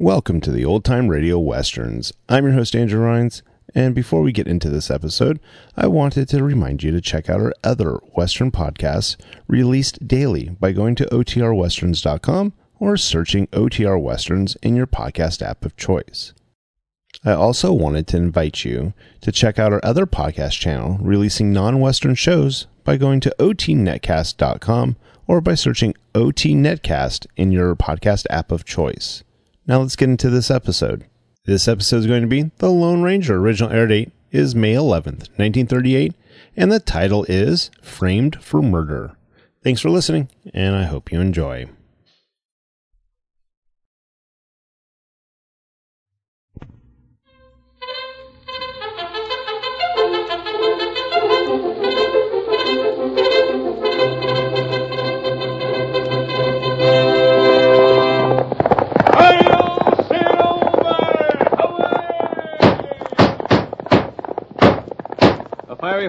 Welcome to the Old Time Radio Westerns. I'm your host, Andrew Rhines, and before we get into this episode, I wanted to remind you to check out our other Western podcasts released daily by going to OTRWesterns.com or searching OTR Westerns in your podcast app of choice. I also wanted to invite you to check out our other podcast channel releasing non Western shows by going to OTNetcast.com or by searching OTNetcast in your podcast app of choice. Now let's get into this episode. This episode is going to be The Lone Ranger. Original air date is May 11th, 1938, and the title is Framed for Murder. Thanks for listening, and I hope you enjoy. A fiery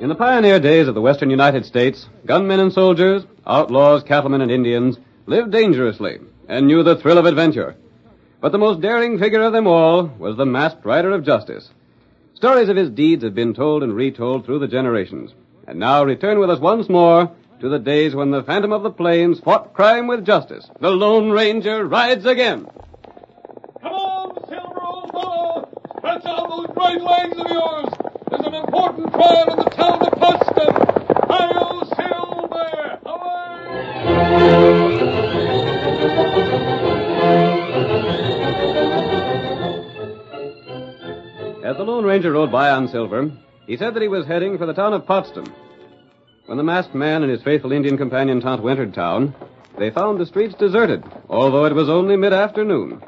In the pioneer days of the western United States, gunmen and soldiers, outlaws, cattlemen, and Indians lived dangerously and knew the thrill of adventure. But the most daring figure of them all was the masked rider of justice. Stories of his deeds have been told and retold through the generations. And now return with us once more to the days when the Phantom of the Plains fought crime with justice. The Lone Ranger rides again. Come on, Silver Old Fellow! Stretch out those great legs of yours! There's an important trial in the town of Tustin! Hail, Silver! Away! As the Lone Ranger rode by on Silver, he said that he was heading for the town of Potsdam. When the masked man and his faithful Indian companion Tonto entered town, they found the streets deserted, although it was only mid-afternoon.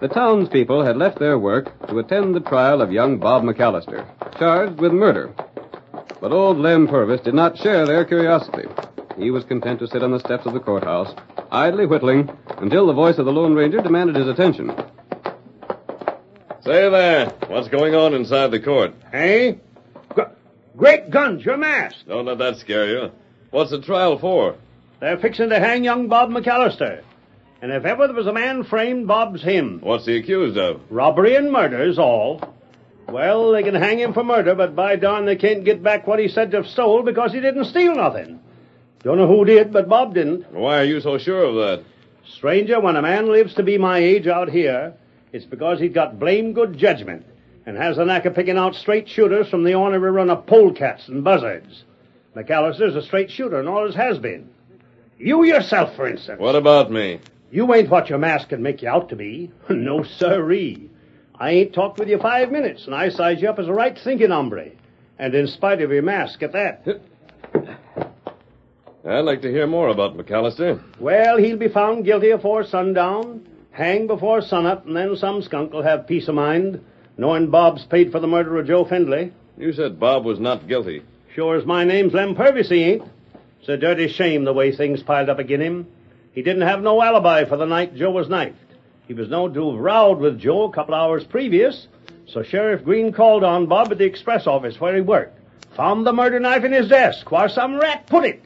The townspeople had left their work to attend the trial of young Bob McAllister, charged with murder. But old Lem Purvis did not share their curiosity. He was content to sit on the steps of the courthouse, idly whittling, until the voice of the Lone Ranger demanded his attention. Say there, what's going on inside the court? Hey? G- great guns, you're masked. Don't let that scare you. What's the trial for? They're fixing to hang young Bob McAllister. And if ever there was a man framed, Bob's him. What's he accused of? Robbery and murder's all. Well, they can hang him for murder, but by darn, they can't get back what he said to have stole because he didn't steal nothing. Don't know who did, but Bob didn't. Why are you so sure of that? Stranger, when a man lives to be my age out here, it's because he's got blame good judgment and has the knack of picking out straight shooters from the ornery run of polecats and buzzards. McAllister's a straight shooter and always has been. You yourself, for instance. What about me? You ain't what your mask can make you out to be. no, sirree. I ain't talked with you five minutes, and I size you up as a right thinking hombre. And in spite of your mask, at that. I'd like to hear more about McAllister. Well, he'll be found guilty afore sundown, hanged before sunup, and then some skunk will have peace of mind, knowing Bob's paid for the murder of Joe Findlay. You said Bob was not guilty. Sure as my name's Lem Purvis, he ain't. It's a dirty shame the way things piled up agin him. He didn't have no alibi for the night Joe was knifed. He was known to have rowed with Joe a couple hours previous, so Sheriff Green called on Bob at the express office where he worked, found the murder knife in his desk where some rat put it,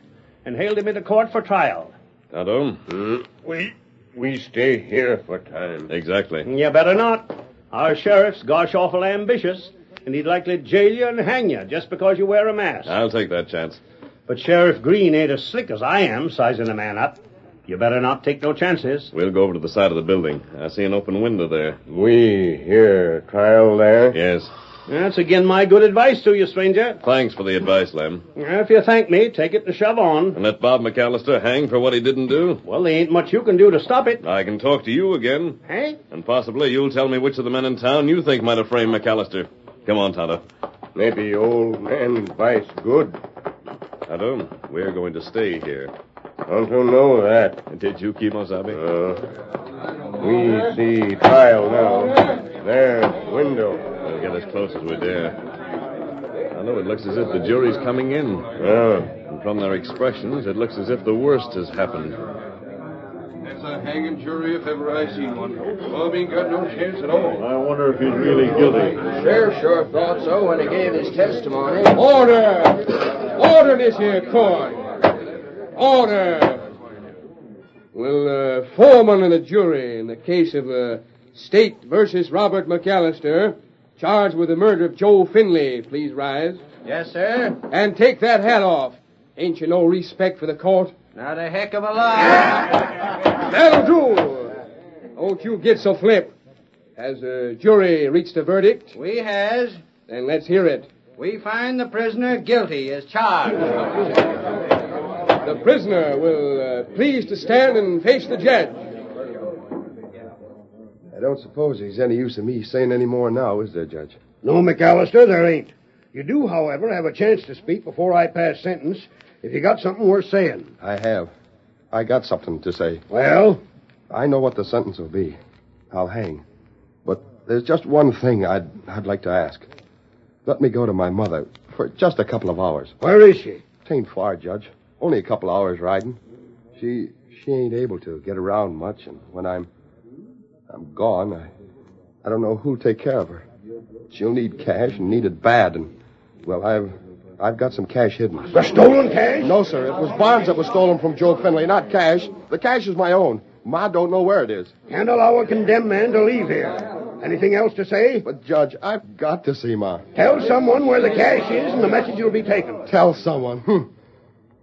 and hailed him into court for trial. Tonto? Hmm? We we stay here for time. Exactly. You better not. Our sheriff's gosh awful ambitious, and he'd likely jail you and hang you just because you wear a mask. I'll take that chance. But Sheriff Green ain't as slick as I am sizing a man up. You better not take no chances. We'll go over to the side of the building. I see an open window there. We here trial there. Yes. That's again my good advice to you, stranger. Thanks for the advice, Lem. If you thank me, take it and shove on. And let Bob McAllister hang for what he didn't do? Well, there ain't much you can do to stop it. I can talk to you again, Hey? and possibly you'll tell me which of the men in town you think might have framed McAllister. Come on, Tonto. Maybe old man advice good. Tonto, we're going to stay here. Don't you know that? Did you, Kimosabe? Uh, we see trial now. There, window. We'll get as close as we dare. Tonto, it looks as if the jury's coming in. Uh, And from their expressions, it looks as if the worst has happened. That's a hanging jury if ever I see one. Bob ain't got no chance at all. I wonder if he's really guilty. Sheriff sure thought so when he gave his testimony. Order! Order this here court! Order! Will the uh, foreman of the jury in the case of uh, State versus Robert McAllister, charged with the murder of Joe Finley, please rise? Yes, sir. And take that hat off. Ain't you no respect for the court? Not a heck of a lie. That'll do. Don't you get so flip. Has the jury reached a verdict? We has. Then let's hear it. We find the prisoner guilty as charged. The prisoner will uh, please to stand and face the judge. I don't suppose he's any use of me saying any more now, is there, Judge? No, McAllister, there ain't. You do, however, have a chance to speak before I pass sentence if you got something worth saying. I have. I got something to say. Well? I know what the sentence will be. I'll hang. But there's just one thing I'd, I'd like to ask. Let me go to my mother for just a couple of hours. Where is she? Tain't far, Judge. Only a couple hours riding. She she ain't able to get around much, and when I'm I'm gone, I I don't know who'll take care of her. She'll need cash and need it bad, and well, I've I've got some cash hidden. The stolen cash? No, sir. It was bonds that were stolen from Joe Finley, not cash. The cash is my own. Ma don't know where it is. Can't allow a condemned man to leave here. Anything else to say? But Judge, I've got to see Ma. Tell someone where the cash is and the message will be taken. Tell someone. Hmm.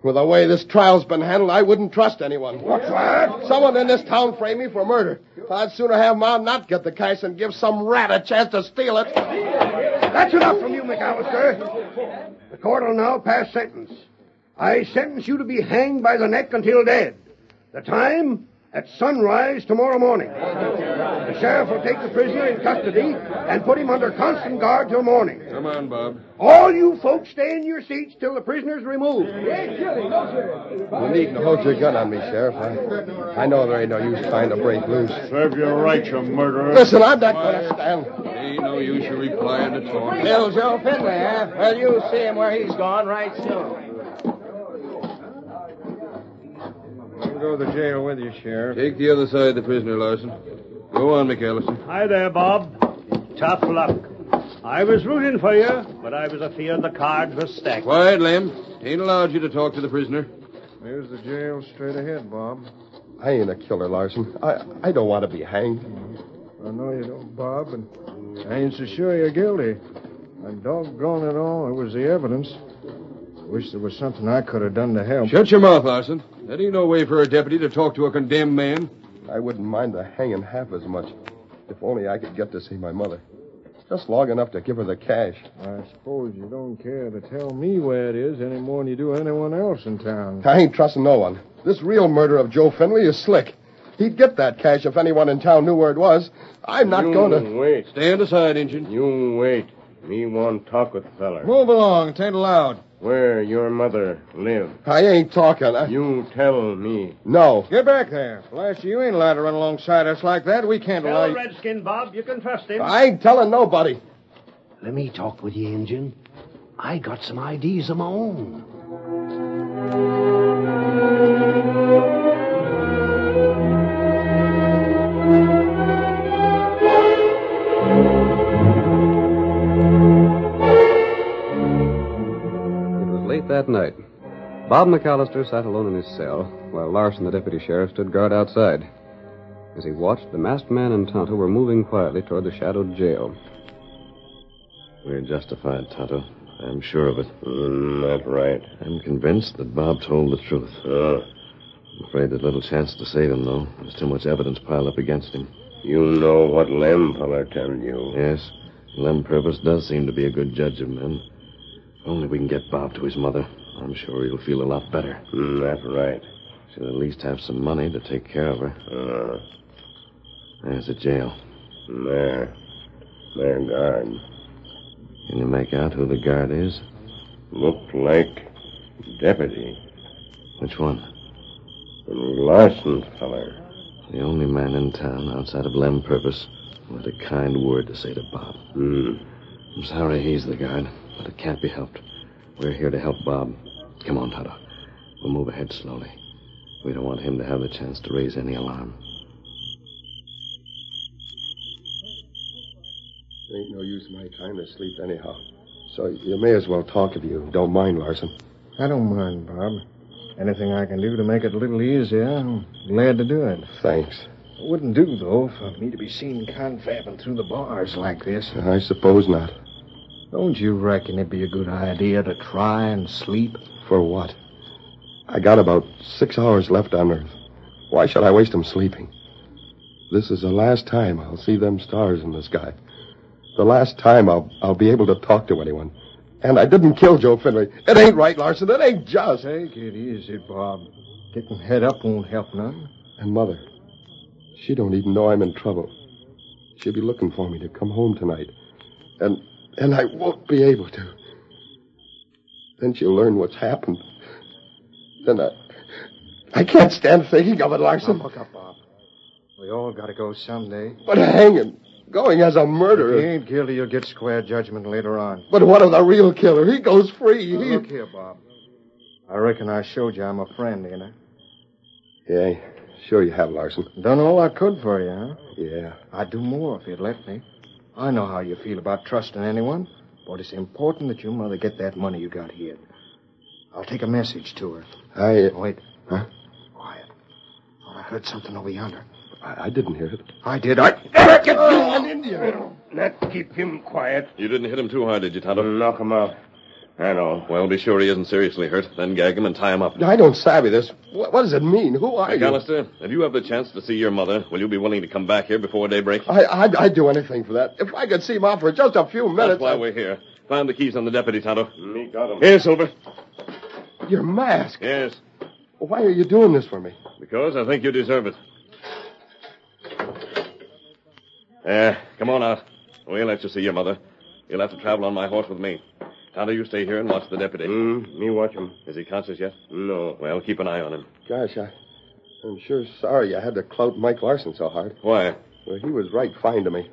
With the way this trial's been handled, I wouldn't trust anyone. What's that? Someone in this town framed me for murder. I'd sooner have Mom not get the cash and give some rat a chance to steal it. That's enough from you, McAllister. The court will now pass sentence. I sentence you to be hanged by the neck until dead. The time? At sunrise tomorrow morning. The sheriff will take the prisoner in custody and put him under constant guard till morning. Come on, Bob. All you folks stay in your seats till the prisoner's removed. You needn't hold your gun on me, Sheriff. I, I know there ain't no use trying to break loose. Serve your right, you murderer. Listen, I'm not going to stand. Ain't no use you replying to talk. Bill Joe Finley, huh? Well, you'll see him where he's gone right soon. I'll go to jail with you, Sheriff. Take the other side of the prisoner, Larson. Go on, McAllister. Hi there, Bob. Tough luck. I was rooting for you, but I was afeard the cards were stacked. Quiet, Lem. Ain't allowed you to talk to the prisoner. Here's the jail straight ahead, Bob. I ain't a killer, Larson. I, I don't want to be hanged. I know you don't, Bob, and I ain't so sure you're guilty. And doggone it all, it was the evidence. Wish there was something I could have done to help. Shut your mouth, Larson. That ain't no way for a deputy to talk to a condemned man. I wouldn't mind the hanging half as much if only I could get to see my mother. Just long enough to give her the cash. I suppose you don't care to tell me where it is any more than you do anyone else in town. I ain't trusting no one. This real murder of Joe Finley is slick. He'd get that cash if anyone in town knew where it was. I'm not you going to. Wait. Stand aside, Injun. You wait. Me want talk with feller. Move along. It ain't allowed. Where your mother live. I ain't talking. I... You tell me. No. Get back there. Flashy, you ain't allowed to run alongside us like that. We can't allow Tell you. Redskin, Bob, you can trust him. I ain't telling nobody. Let me talk with you, Injun. I got some ideas of my own. It was late that night. Bob McAllister sat alone in his cell while Larson, the deputy sheriff, stood guard outside. As he watched, the masked man and Tonto were moving quietly toward the shadowed jail. We're justified, Tonto. I'm sure of it. not right. I'm convinced that Bob told the truth. I'm afraid there's little chance to save him, though. There's too much evidence piled up against him. You know what Lem feller tell you. Yes, Lem Purvis does seem to be a good judge of men. If only we can get Bob to his mother, I'm sure he'll feel a lot better. Not Mm, right. She'll at least have some money to take care of her. Uh. There's the jail. There. There, guard. Can you make out who the guard is? Look like deputy. Which one? Larson feller. The only man in town outside of Lem Purvis who had a kind word to say to Bob. Hmm. I'm sorry he's the guard, but it can't be helped. We're here to help Bob. Come on, Tonto. We'll move ahead slowly. We don't want him to have the chance to raise any alarm. It ain't no use my trying to sleep anyhow. So you may as well talk if you don't mind, Larson. I don't mind, Bob. Anything I can do to make it a little easier, I'm glad to do it. Thanks. It wouldn't do, though, for me to be seen confabbing through the bars like this. I suppose not. Don't you reckon it'd be a good idea to try and sleep? For what? I got about six hours left on Earth. Why should I waste them sleeping? This is the last time I'll see them stars in the sky. The last time I'll, I'll be able to talk to anyone. And I didn't kill Joe Finley. It ain't right, Larson. It ain't just. Take it easy, Bob. Getting head up won't help none. And Mother, she don't even know I'm in trouble. She'll be looking for me to come home tonight. And and I won't be able to. Then she'll learn what's happened. Then I I can't stand thinking of it, Larson. Now, look up, Bob. We all gotta go someday. But a hanging, going as a If you murderer. ain't guilty, you'll get square judgment later on. But what of the real killer? He goes free. Now, He, look here, Bob. I reckon I showed you I'm a friend, ain't I? Yeah, sure you have, Larson. Done all I could for you, huh? Yeah. I'd do more if you'd let me. I know how you feel about trusting anyone, but it's important that your mother get that money you got hid. I'll take a message to her. I Wait. Huh? Quiet. Thought I heard something over yonder. I, I didn't hear it. I did. I. Oh. an Indian. Not keep him quiet. You didn't hit him too hard, did you, Tonto? Knock him out. That all. Well, be sure he isn't seriously hurt. Then gag him and tie him up. I don't savvy this. What, what does it mean? Who are you? McAllister, if you have the chance to see your mother, will you be willing to come back here before daybreak? Oh, I, I'd, I'd do anything for that. If I could see him out for just a few minutes. That's why we're here. Found the keys on the deputy, Tonto. Me got him. Here, Silver. Your mask. Yes, Why are you doing this for me? because I think you deserve it. There, Eh, come on out. We'll let you see your mother. You'll have to travel on my horse with me. Tonto, you stay here and watch the deputy. Hmm, Mm, me watch him. Is he conscious yet? No. Well, keep an eye on him. Gosh, I, I'm sure sorry I had to clout Mike Larson so hard. Why? Well, he was right fine to me.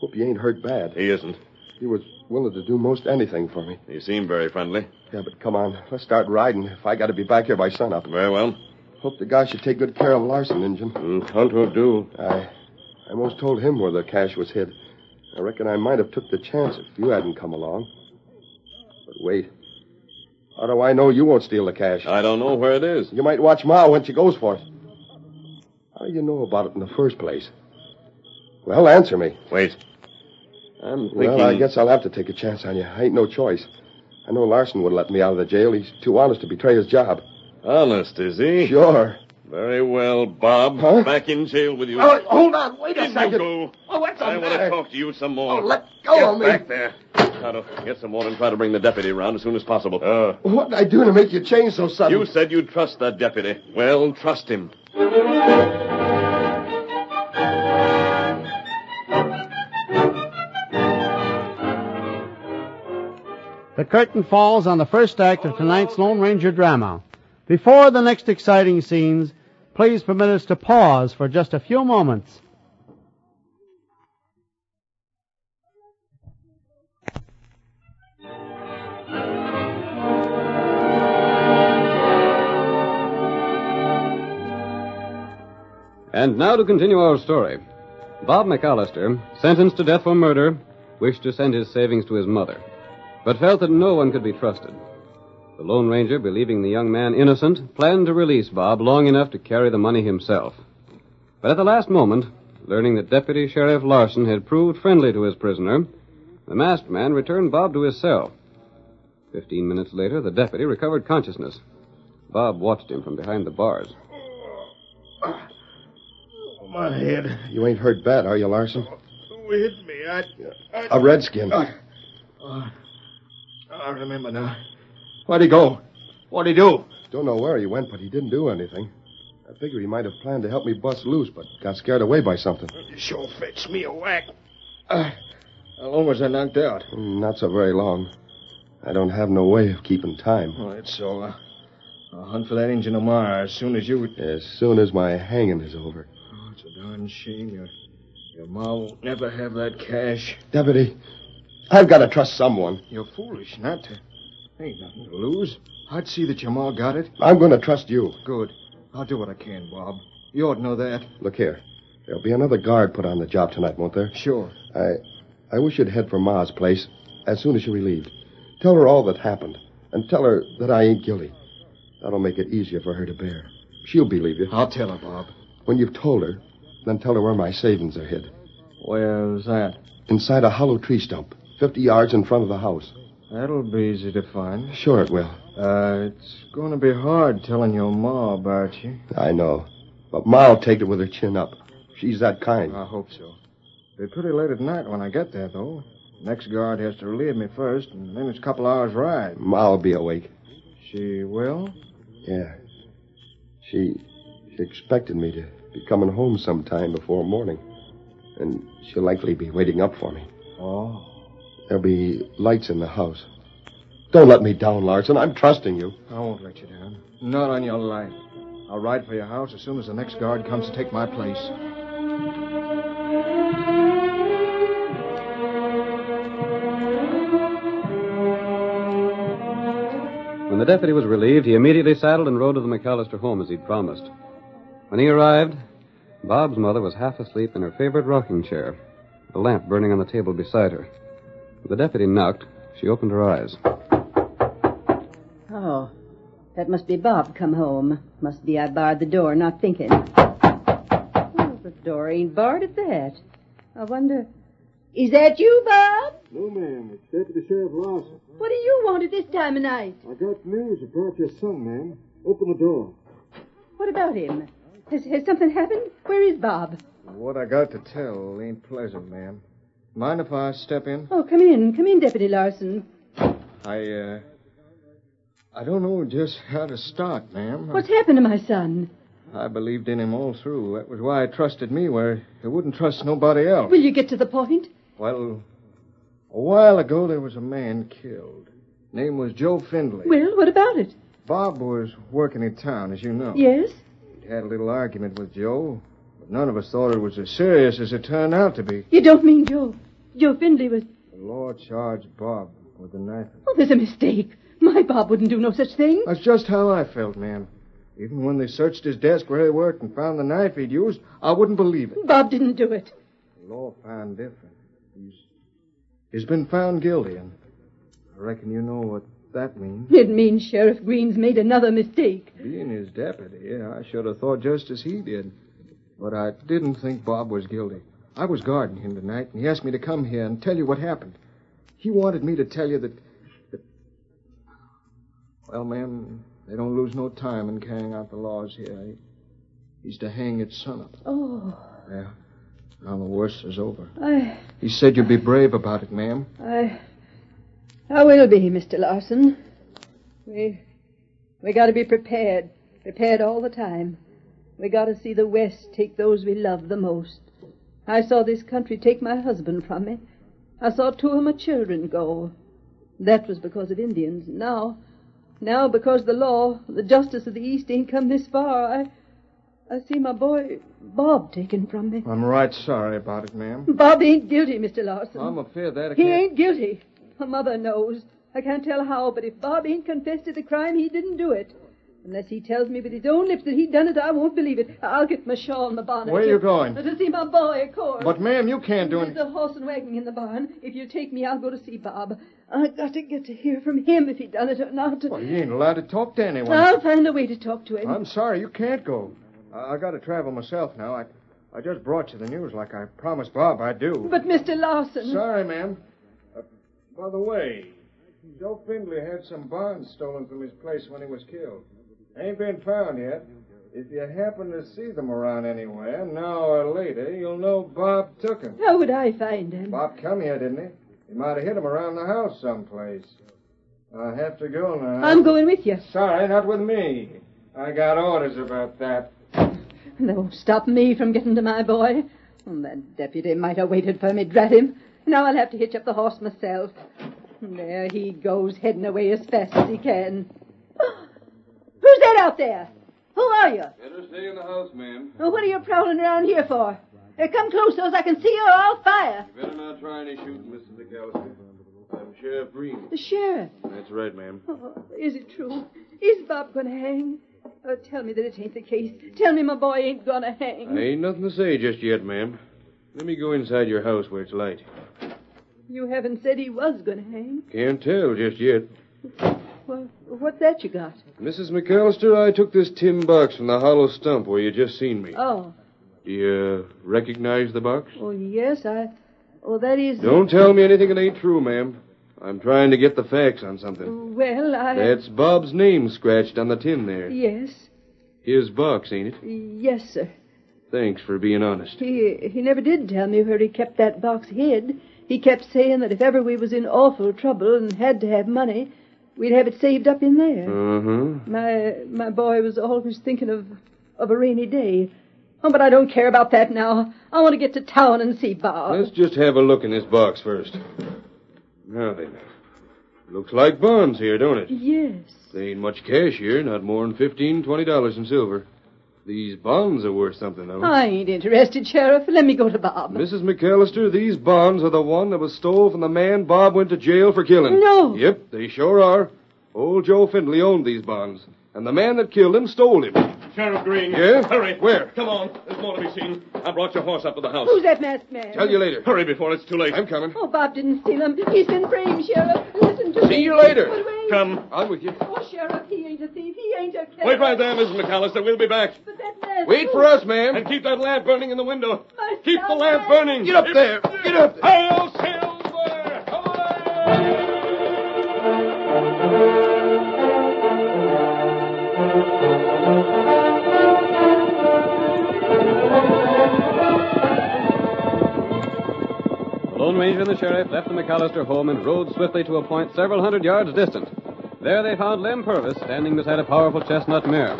Hope he ain't hurt bad. He isn't. He was willing to do most anything for me. He seemed very friendly. Yeah, but come on. Let's start riding if I got to be back here by sunup. Very well. Hope the guy should take good care of Larson, Injun. Mm, Tonto do. I, I almost told him where the cash was hid. I reckon I might have took the chance if you hadn't come along. But wait. How do I know you won't steal the cash? I don't know where it is. You might watch Ma when she goes for it. How do you know about it in the first place? Well, answer me. Wait. I'm thinking. Well, I guess I'll have to take a chance on you. I ain't no choice. I know Larson would let me out of the jail. He's too honest to betray his job. Honest, is he? Sure. Very well, Bob. Back in jail with you. Oh, hold on. Wait a In you second. go. Oh, what's the I want to matter? talk to you some more. Oh, let go Get of me. back there. Tonto, get some water and try to bring the deputy around as soon as possible. Uh, What did I do to make you change so sudden? you said you'd trust that deputy. Well, trust him. The curtain falls on the first act of tonight's Lone Ranger drama. Before the next exciting scenes, please permit us to pause for just a few moments. And now to continue our story. Bob McAllister, sentenced to death for murder, wished to send his savings to his mother, but felt that no one could be trusted. The Lone Ranger, believing the young man innocent, planned to release Bob long enough to carry the money himself. But at the last moment, learning that Deputy Sheriff Larson had proved friendly to his prisoner, the masked man returned Bob to his cell. Fifteen minutes later, the deputy recovered consciousness. Bob watched him from behind the bars. my head. You ain't hurt bad, are you, Larson? Hit me. I, I, A redskin. Oh, I remember now. Where'd he go? What'd he do? Don't know where he went, but he didn't do anything. I figure he might have planned to help me bust loose, but got scared away by something. Sure fetched me a whack. Uh, How long was I knocked out? Mm, Not so very long. I don't have no way of keeping time. Well, it's all. Uh, I'll hunt for that engine tomorrow as soon as you. It's As soon as my hanging is over. Oh, a darn shame. Your, your ma won't never have that cash. Deputy, I've got to trust someone. You're foolish not to. Ain't nothing to lose. I'd see that your ma got it. I'm going to trust you. Good. I'll do what I can, Bob. You ought to know that. Look here. There'll be another guard put on the job tonight, won't there? Sure. I I wish you'd head for Ma's place as soon as you're relieved. Tell her all that happened, and tell her that I ain't guilty. That'll make it easier for her to bear. She'll believe you. I'll tell her, Bob. When you've told her, then tell her where my savings are hid. Where's that? Inside a hollow tree stump, 50 yards in front of the house. That'll be easy to find. Sure it will. Uh, it's going to be hard telling your ma about you. I know. But Ma'll take it with her chin up. She's that kind. I hope so. It'll be pretty late at night when I get there, though. Next guard has to relieve me first, and then it's a couple hours' ride. Ma'll be awake. She will? Yeah. She, she expected me to be coming home sometime before morning. And she'll likely be waiting up for me. Oh. There'll be lights in the house. Don't let me down, Larson. I'm trusting you. I won't let you down. Not on your life. I'll ride for your house as soon as the next guard comes to take my place. When the deputy was relieved, he immediately saddled and rode to the McAllister home as he'd promised. When he arrived, Bob's mother was half asleep in her favorite rocking chair, the lamp burning on the table beside her. When the deputy knocked, she opened her eyes. Oh, that must be Bob come home. Must be I barred the door, not thinking. Oh, the door ain't barred at that. I wonder. Is that you, Bob? No, ma'am. It's Deputy Sheriff Larson. What do you want at this time of night? I got news about your son, ma'am. Open the door. What about him? Has, has something happened? Where is Bob? What I got to tell ain't pleasant, ma'am. Mind if I step in? Oh, come in. Come in, Deputy Larson. I, uh. I don't know just how to start, ma'am. What's happened to my son? I believed in him all through. That was why he trusted me where he wouldn't trust nobody else. Will you get to the point? Well, a while ago there was a man killed. Name was Joe Findlay. Well, what about it? Bob was working in town, as you know. Yes? He had a little argument with Joe, but none of us thought it was as serious as it turned out to be. You don't mean Joe. Joe Findlay was. The law charged Bob with the knife. Oh, there's a mistake. My Bob wouldn't do no such thing. That's just how I felt, ma'am. Even when they searched his desk where he worked and found the knife he'd used, I wouldn't believe it. Bob didn't do it. The law found different. He's, he's been found guilty, and I reckon you know what that means. It means Sheriff Green's made another mistake. Being his deputy, I should have thought just as he did. But I didn't think Bob was guilty. I was guarding him tonight, and he asked me to come here and tell you what happened. He wanted me to tell you that. that well, ma'am, they don't lose no time in carrying out the laws here. He He's to hang at sunup. Oh, Yeah. Now the worst is over. I, He said you'd be brave about it, ma'am. I, I will be, Mr. Larson. We, we got to be prepared, prepared all the time. We got to see the West take those we love the most. I saw this country take my husband from me. I saw two of my children go. That was because of Indians. Now, now because the law, the justice of the East ain't come this far, I, I see my boy Bob taken from me. I'm right sorry about it, ma'am. Bob ain't guilty, Mr. Larson. I'm afraid that I He can't- ain't guilty. Her mother knows. I can't tell how, but if Bob ain't confessed to the crime, he didn't do it. Unless he tells me with his own lips that he done it, I won't believe it. I'll get my shawl and my bonnet. Where to- you going? To see my boy, of course. But, ma'am, you can't do There's anything. a horse and wagon in the barn. If you take me, I'll go to see Bob. I got to get to hear from him if he done it or not. Well, you ain't allowed to talk to anyone. I'll find a way to talk to him. I'm sorry, you can't go. I, I got to travel myself now. I, I just brought you the news like I promised Bob I do. But Mr. Larson. Sorry, ma'am. By the way, Joe Findlay had some bonds stolen from his place when he was killed. They ain't been found yet. If you happen to see them around anywhere, now or later, you'll know Bob took 'em. How would I find him? Bob come here, didn't he? He might have hid 'em around the house someplace. I have to go now. I'm going with you. Sorry, not with me. I got orders about that. They'll stop me from getting to my boy. And that deputy might have waited for me, drat him. Now I'll have to hitch up the horse myself. There he goes, heading away as fast as he can. Who's that out there? Who are you? Better stay in the house, ma'am. Oh, what are you prowling around here for? Uh, come close so as I can see you or I'll fire. Better not try any shooting, Mrs. McAllister. I'm Sheriff Green. The sheriff. That's right, ma'am. Oh, is it true? Is Bob going to hang? Oh, tell me that it ain't the case. Tell me my boy ain't going to hang. I ain't nothing to say just yet, ma'am. Let me go inside your house where it's light. You haven't said he was going to hang. Can't tell just yet. Well, what's that you got? Mrs. McAllister, I took this tin box from the hollow stump where you just seen me. Oh, Do you uh, recognize the box? oh yes, I. Oh, that is. Don't tell me anything that ain't true, ma'am. I'm trying to get the facts on something. Well, I. That's Bob's name scratched on the tin there. Yes, His box, ain't it? yes, sir. Thanks for being honest. He he never did tell me where he kept that box hid. He kept saying that if ever we was in awful trouble and had to have money, we'd have it saved up in there. Uh-huh. My my boy was always thinking of of a rainy day. Oh, but I don't care about that now. I want to get to town and see Bob. Let's just have a look in this box first. Now then. Looks like bonds here, don't it? Yes. There ain't much cash here, not more than fifteen, twenty dollars in silver. These bonds are worth something, though. I ain't interested, Sheriff. Let me go to Bob. Mrs. McAllister, these bonds are the one that was stole from the man Bob went to jail for killing. No. Yep, they sure are. Old Joe Findlay owned these bonds, and the man that killed him stole him. Sheriff Green. Yeah? Hurry. Where? Come on. There's more to be seen. I brought your horse up to the house. Who's that masked man? Tell you later. Hurry before it's too late. I'm coming. Oh, Bob didn't steal him. He's been framed, Sheriff. Listen to me. See you later. But wait. Come. I'm with you. Oh, Sheriff, he ain't a thief. He ain't a killer. Wait right there, Mrs. McAllister. We'll be back. But that man. Wait for us, ma'am. And keep that lamp burning in the window. My keep the son, lamp man. burning. Get up there. Get up there. Hail Silver! The Lone Ranger and the sheriff left the McAllister home and rode swiftly to a point several hundred yards distant. There they found Lem Purvis standing beside a powerful chestnut mare.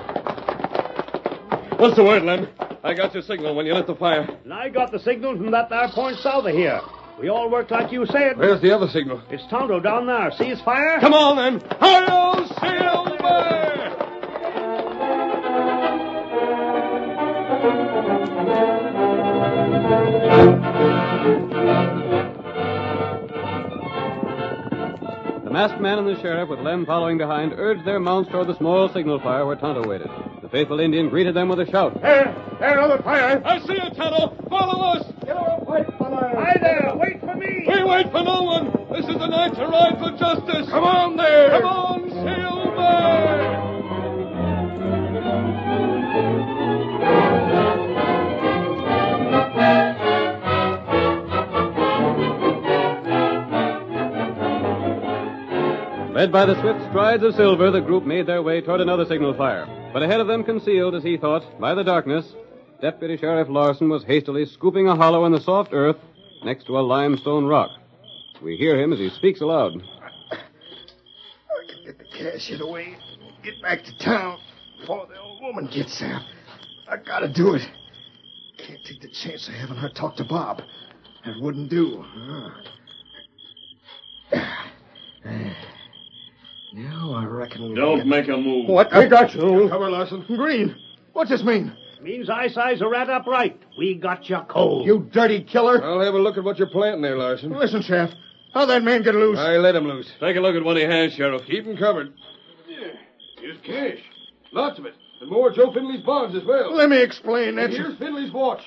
What's the word, Lem? I got your signal when you lit the fire. And I got the signal from that there point south of here. We all worked like you said. Where's the other signal? It's Tonto down there. See his fire? Come on, then. Hail Silver! The masked man and the sheriff, with Lem following behind, urged their mounts toward the small signal fire where Tonto waited. The faithful Indian greeted them with a shout. There, another fire. I see it, Tonto. Follow us. Get our white fire. Hi there. Wait for me. We wait for no one. This is the night to ride for justice. Come on there. Come on, Silver. Led Led by the swift strides of Silver, the group made their way toward another signal fire. But ahead of them, concealed, as he thought, by the darkness, Deputy Sheriff Larson was hastily scooping a hollow in the soft earth next to a limestone rock. We hear him as he speaks aloud. Get the cash it away. Get back to town before the old woman gets there. I gotta do it. Can't take the chance of having her talk to Bob. That wouldn't do. Uh. Now I reckon we'll Don't get- make a move. What? We got you. Cover, Larson. Green, what's this mean? Means I size a rat upright. We got you cold. You dirty killer. I'll have a look at what you're planting there, Larson. Listen, Sheriff. How'd that man get loose? I let him loose. Take a look at what he has, Sheriff. Keep him covered. Here's cash. Lots of it. And more Joe Finley's bonds as well. Let me explain. And That's here's Finley's watch.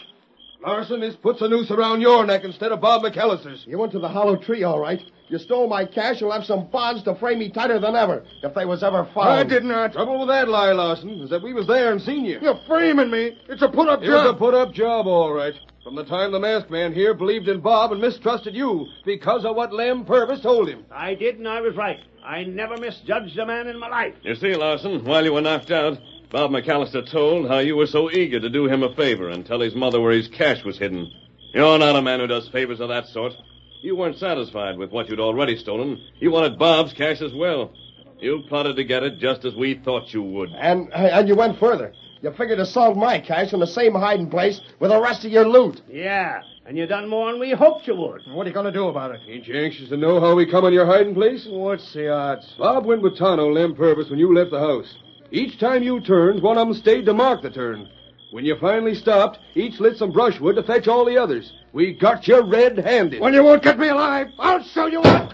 Larson, this puts a noose around your neck instead of Bob McAllister's. You went to the hollow tree, all right. You stole my cash. You'll have some bonds to frame me tighter than ever if they was ever found. I did not. Trouble with that lie, Larson, is that we was there and seen you. You're framing me. It's a put-up It was job. a put-up job, all right. From the time the masked man here believed in Bob and mistrusted you because of what Lem Purvis told him. I did, and I was right. I never misjudged a man in my life. You see, Larson, while you were knocked out, Bob McAllister told how you were so eager to do him a favor and tell his mother where his cash was hidden. You're not a man who does favors of that sort. You weren't satisfied with what you'd already stolen. You wanted Bob's cash as well. You plotted to get it just as we thought you would. And and you went further. You figured to salt my cash in the same hiding place with the rest of your loot. Yeah, and you done more than we hoped you would. What are you going to do about it? Ain't you anxious to know how we come in your hiding place? What's the odds? Bob went with Tano Lem Purvis when you left the house. Each time you turned, one of 'em stayed to mark the turn. When you finally stopped, each lit some brushwood to fetch all the others. We got you red-handed. Well, you won't get me alive. I'll show you what.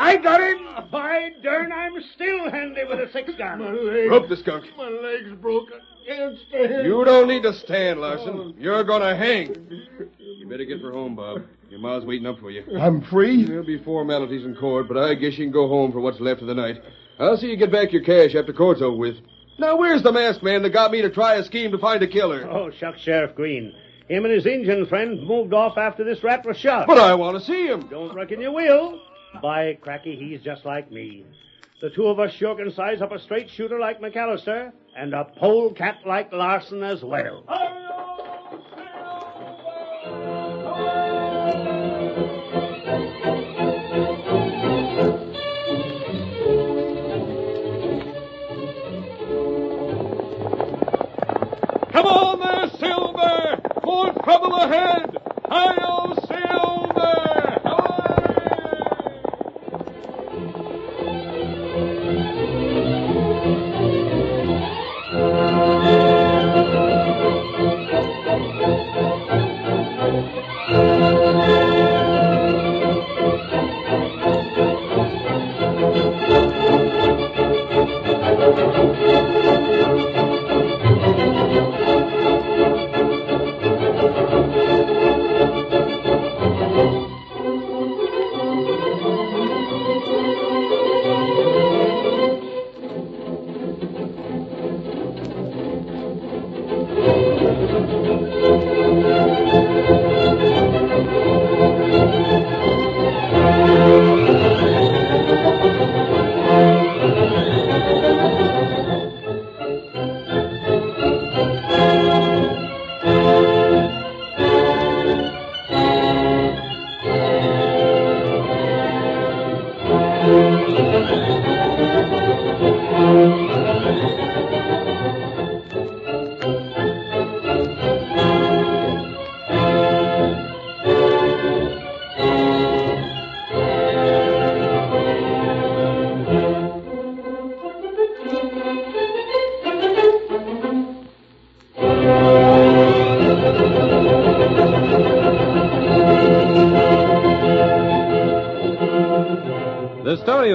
I got him! By darn, I'm still handy with a six gun. Rope the skunk. My leg's broken. Can't You don't need to stand, Larson. You're gonna hang. You better get for home, Bob. Your ma's waiting up for you. I'm free? There'll be formalities in court, but I guess you can go home for what's left of the night. I'll see you get back your cash after court's over with. Now, where's the masked man that got me to try a scheme to find a killer? Oh, shucks, Sheriff Green. Him and his Indian friend moved off after this rat was shot. But I want to see him. Don't reckon you will. By cracky, he's just like me. The two of us sure can size up a straight shooter like McAllister and a polecat like Larson as well. Come on there, Silver! More trouble ahead! I'll Silver! The story you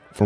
For